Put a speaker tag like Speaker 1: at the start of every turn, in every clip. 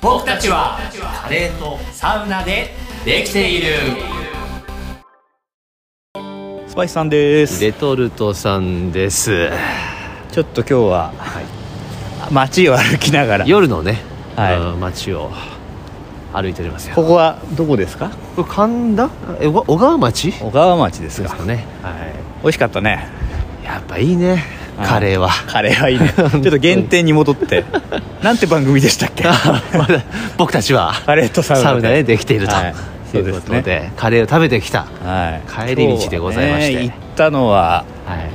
Speaker 1: 僕たちはカレーとサウナでできている
Speaker 2: スパイスさんです
Speaker 3: レトルトさんです
Speaker 2: ちょっと今日は、街を歩きながら
Speaker 3: 夜のね、
Speaker 2: はい
Speaker 3: うん街を歩いておりますよ
Speaker 2: ここはどこですか
Speaker 3: これ神田え小小川町で
Speaker 2: 小川町です
Speaker 3: す
Speaker 2: が
Speaker 3: かね、は
Speaker 2: 美味しかったね
Speaker 3: い、やっぱいいね
Speaker 2: はい
Speaker 3: カ レーは
Speaker 2: カレーはいいねちょっと原点に戻ってなんて番組 でしたっけ
Speaker 3: まだ僕たちは
Speaker 2: カレーとサウナで
Speaker 3: サウナでできていると、
Speaker 2: はいいそう
Speaker 3: う
Speaker 2: で
Speaker 3: こ
Speaker 2: すね
Speaker 3: とでカレーを食べてきた、
Speaker 2: はい
Speaker 3: 帰り道でございまして
Speaker 2: 今日はね行ったのは
Speaker 3: は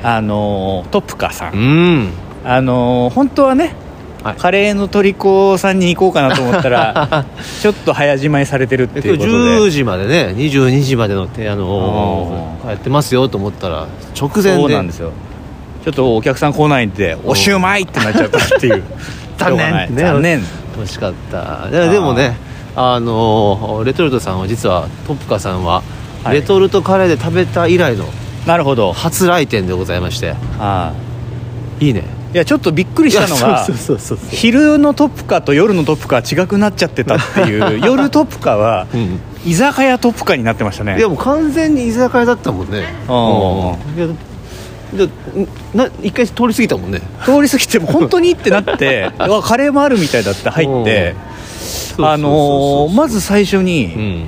Speaker 2: あのートップカさ
Speaker 3: い、うんん
Speaker 2: あのー本当はね
Speaker 3: はい
Speaker 2: カレーの虜さんに行こうかなと思っ たらちょっと早じまいされてるって
Speaker 3: で
Speaker 2: い
Speaker 3: 今
Speaker 2: うこ
Speaker 3: 日
Speaker 2: と
Speaker 3: 10
Speaker 2: で
Speaker 3: 時までね22時までのてあの
Speaker 2: あ
Speaker 3: やってますよと思ったら直前で
Speaker 2: そうなんですよちょっとお客さん来ないんで「おしゅうまい!」ってなっちゃったっていう
Speaker 3: 残念
Speaker 2: しょうがない
Speaker 3: ね
Speaker 2: 残念
Speaker 3: 惜しかったいやでもねあのレトルトさんは実はトップカさんは
Speaker 2: はい
Speaker 3: レトルトカレーで食べた以来の
Speaker 2: なるほど
Speaker 3: 初来店でございまして
Speaker 2: ああ
Speaker 3: いいね
Speaker 2: いやちょっとびっくりしたの
Speaker 3: いや
Speaker 2: が
Speaker 3: そうそうそうそう
Speaker 2: 昼のトップカと夜のトップカは違くなっちゃってたって いう夜トップカは
Speaker 3: うん
Speaker 2: 居酒屋トップカになってましたね
Speaker 3: いやもう完全に居酒屋だったもんね
Speaker 2: あ
Speaker 3: うんいやでな一回通り過ぎたもんね
Speaker 2: 通り過ぎても本当にってなって うわカレーもあるみたいだって入ってあのーまず最初
Speaker 3: う
Speaker 2: に、
Speaker 3: ん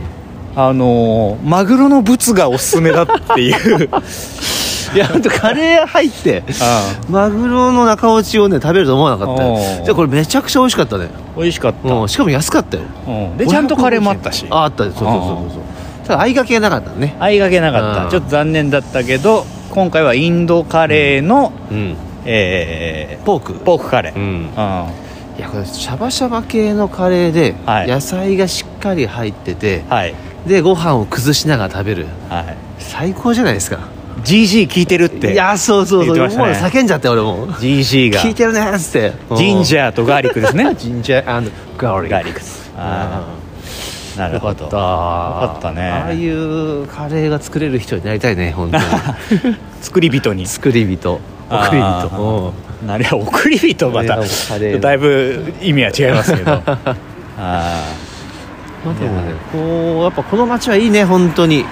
Speaker 2: あのーマグロのブツがおすすめだっ ていう
Speaker 3: いやほんとカレー入って
Speaker 2: あ
Speaker 3: マグロの中落ちをね食べると思わなかったよ
Speaker 2: おー
Speaker 3: じゃあこれめちゃくちゃ美味しかったね
Speaker 2: 美味しかった、
Speaker 3: うんしかも安かったよ
Speaker 2: うんでちゃんとカレーもあったし
Speaker 3: ああったそうそうそうそうただ合いがけなかったね
Speaker 2: 合いがけなかった、
Speaker 3: うん
Speaker 2: ちょっと残念だったけど今回はインドカレーの、
Speaker 3: うん
Speaker 2: え
Speaker 3: ポーク
Speaker 2: ーポークカレー、
Speaker 3: うん
Speaker 2: うん
Speaker 3: いやこれシャバシャバ系のカレーで
Speaker 2: はい
Speaker 3: 野菜がしっかり入ってて
Speaker 2: はい
Speaker 3: でご飯を崩しながら食べる
Speaker 2: はい
Speaker 3: 最高じゃないですか
Speaker 2: GG 聞いてるって
Speaker 3: いやそうそうそう
Speaker 2: 言
Speaker 3: もう
Speaker 2: ってましたね
Speaker 3: 叫んじゃって俺も
Speaker 2: GG が
Speaker 3: 聞いてるねーっつって
Speaker 2: ジンジ
Speaker 3: ャ
Speaker 2: ャー とガーリックですね
Speaker 3: ジンジャーガーリック
Speaker 2: ガーリックスあーなるほど
Speaker 3: よか
Speaker 2: よかったね
Speaker 3: ああいうカレーが作れる人になりたいね本当に
Speaker 2: 作り人に
Speaker 3: 作り人
Speaker 2: あー
Speaker 3: 送り人うん
Speaker 2: なりゃ送り人ま
Speaker 3: カ
Speaker 2: た
Speaker 3: レーカレー
Speaker 2: だいぶ意味は違い ますけどああ
Speaker 3: まあでもねこうやっぱこの街はいいね本当に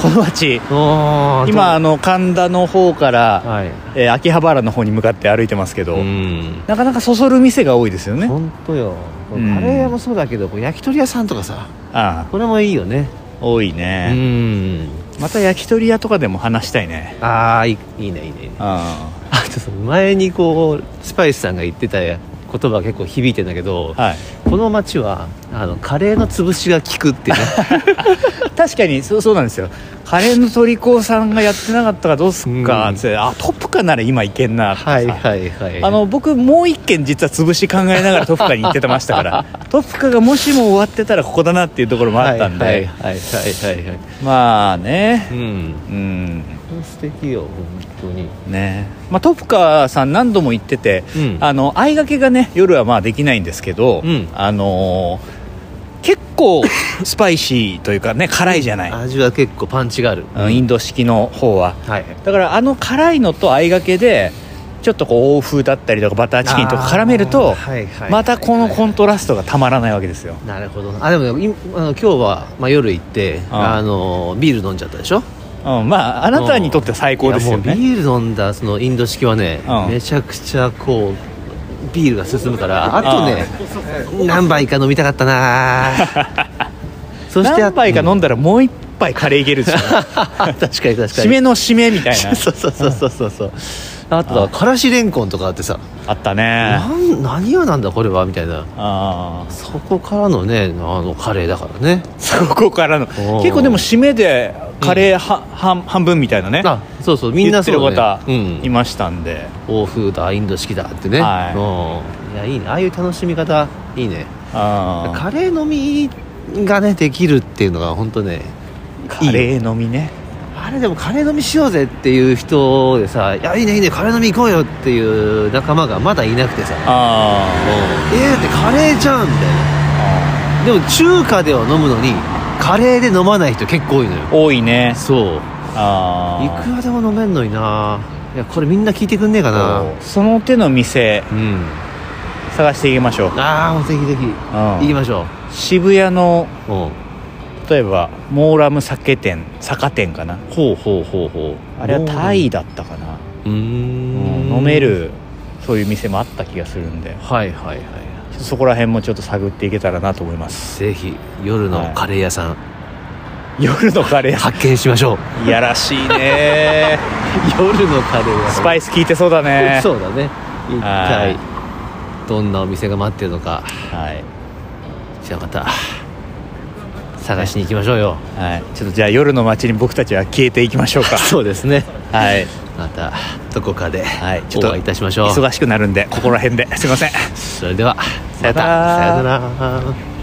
Speaker 2: この町今
Speaker 3: 今
Speaker 2: あの神田の方から、
Speaker 3: はい
Speaker 2: えー秋葉原の方に向かって歩いてますけど、
Speaker 3: うん
Speaker 2: なかなかそそる店が多いですよね
Speaker 3: 本当よこれ
Speaker 2: うん
Speaker 3: カレー屋もそうだけどこう焼き鳥屋さんとかさ
Speaker 2: あ
Speaker 3: これもいいよね
Speaker 2: あ多いうね、
Speaker 3: ん
Speaker 2: また焼き鳥屋とかでも話したいね
Speaker 3: ああいいいいねいいね
Speaker 2: あ
Speaker 3: あとその前にこうスパイスさんが言ってた言葉が結構響いてんだけど
Speaker 2: あはい
Speaker 3: この街はあのカレーの潰しが効くってね
Speaker 2: 確かにそうそうなんですよカレーの虜さんがやってなかったらどうすっか
Speaker 3: うん
Speaker 2: つって、あトップかなら今いけんなってさ
Speaker 3: はいはいはい
Speaker 2: あの僕もう一軒実は潰し考えながらトップカに行ってましたから トップカがもしも終わってたらここだなっていうところもあったんで、
Speaker 3: はいはいはいはいはいはい
Speaker 2: まあね
Speaker 3: うん
Speaker 2: うん
Speaker 3: 素敵よ本当に
Speaker 2: ねまあ、トップカさん何度も行ってて、
Speaker 3: うん
Speaker 2: あの相掛けがね夜はまあできないんですけど、
Speaker 3: うん
Speaker 2: あのー結 構スパイシーというかね辛いじゃない、
Speaker 3: 味は結構パンチがある
Speaker 2: うんインド式の方は
Speaker 3: はい
Speaker 2: だからあの辛いのと相掛けでちょっとこう欧風だったりとかバターチキンとか絡める
Speaker 3: あー
Speaker 2: と
Speaker 3: はいはい
Speaker 2: またこのコントラストがたまらないわけですよ
Speaker 3: なるほどなあでもねいあの今日は、まあ、夜行って
Speaker 2: あ
Speaker 3: あのビール飲んじゃったでしょ
Speaker 2: うん、まああなたにとっては最高ですよ
Speaker 3: いやもう
Speaker 2: ね
Speaker 3: ビール飲んだそのインド式はね、
Speaker 2: うん
Speaker 3: めちゃくちゃこうビールが進むからあとね何杯か飲みたかったな そして
Speaker 2: 何杯か飲
Speaker 3: ん
Speaker 2: んだらもう一杯カレーいけるじゃん
Speaker 3: 確かに確かに
Speaker 2: 締めの締めみたい な
Speaker 3: そうそうそうそうそうそうあとはからしれんこんとかあってさ
Speaker 2: あったね
Speaker 3: なん何屋なんだこれはみたいな
Speaker 2: あー
Speaker 3: そこからのねあのカレーだからね
Speaker 2: そこからの
Speaker 3: ー
Speaker 2: 結構でも締めでカレーは、半半分みたいなね
Speaker 3: あそうそうみんなそう、ね、
Speaker 2: 言ってる方
Speaker 3: うん
Speaker 2: いましたんで、
Speaker 3: 欧風だインド式だってね、
Speaker 2: は
Speaker 3: うんいやいいねああいう楽しみ方いいね
Speaker 2: あー
Speaker 3: カレー飲みがねできるっていうのが本当ねい
Speaker 2: カ
Speaker 3: いよ
Speaker 2: レー飲みね
Speaker 3: あれでもカレー飲みしようぜっていう人でさ「いやいいねいいねカレー飲み行こうよ」っていう仲間がまだいなくてさ「うん
Speaker 2: あ
Speaker 3: えー、だってカレーじゃん」みたい
Speaker 2: ーあ
Speaker 3: なでも中華では飲むのにカレーで飲まない人結構多いのよ
Speaker 2: ー多いね
Speaker 3: そう
Speaker 2: あ
Speaker 3: いくらでも飲めんのにないやこれみんな聞いてくんねえかな
Speaker 2: くその手の店
Speaker 3: うん
Speaker 2: 探していきましょう
Speaker 3: ああもうぜひぜひ行きましょ
Speaker 2: 渋谷の
Speaker 3: う、うん、
Speaker 2: 例えばモーラム酒店酒店かな
Speaker 3: ほうほうほうほう
Speaker 2: あれはタイだったかな、
Speaker 3: うー
Speaker 2: うん
Speaker 3: ん
Speaker 2: 飲めるそういう店もあった気がするんで
Speaker 3: はいはいはい
Speaker 2: ちょっとそこら辺もちょっと探っていけたらなと思います
Speaker 3: ぜひ夜のカレー屋さん、
Speaker 2: 夜のカレー
Speaker 3: 発見しましょう
Speaker 2: いやらしいね
Speaker 3: 夜のカレー屋
Speaker 2: スパ
Speaker 3: イ
Speaker 2: イス効いてそうだね
Speaker 3: そうだね一
Speaker 2: は
Speaker 3: 体
Speaker 2: い
Speaker 3: どんなお店が待ってるのか
Speaker 2: はい、
Speaker 3: 知らなかった探しに行きましょうよ
Speaker 2: はい、ちょっとじゃあ夜の街に僕たちは消えていきましょうか
Speaker 3: そうですね
Speaker 2: はい、
Speaker 3: またどこかで
Speaker 2: はい、
Speaker 3: お会いいたしましょう
Speaker 2: 忙しくなるんでここら辺ですいません
Speaker 3: それでは
Speaker 2: さよなら
Speaker 3: またさよなら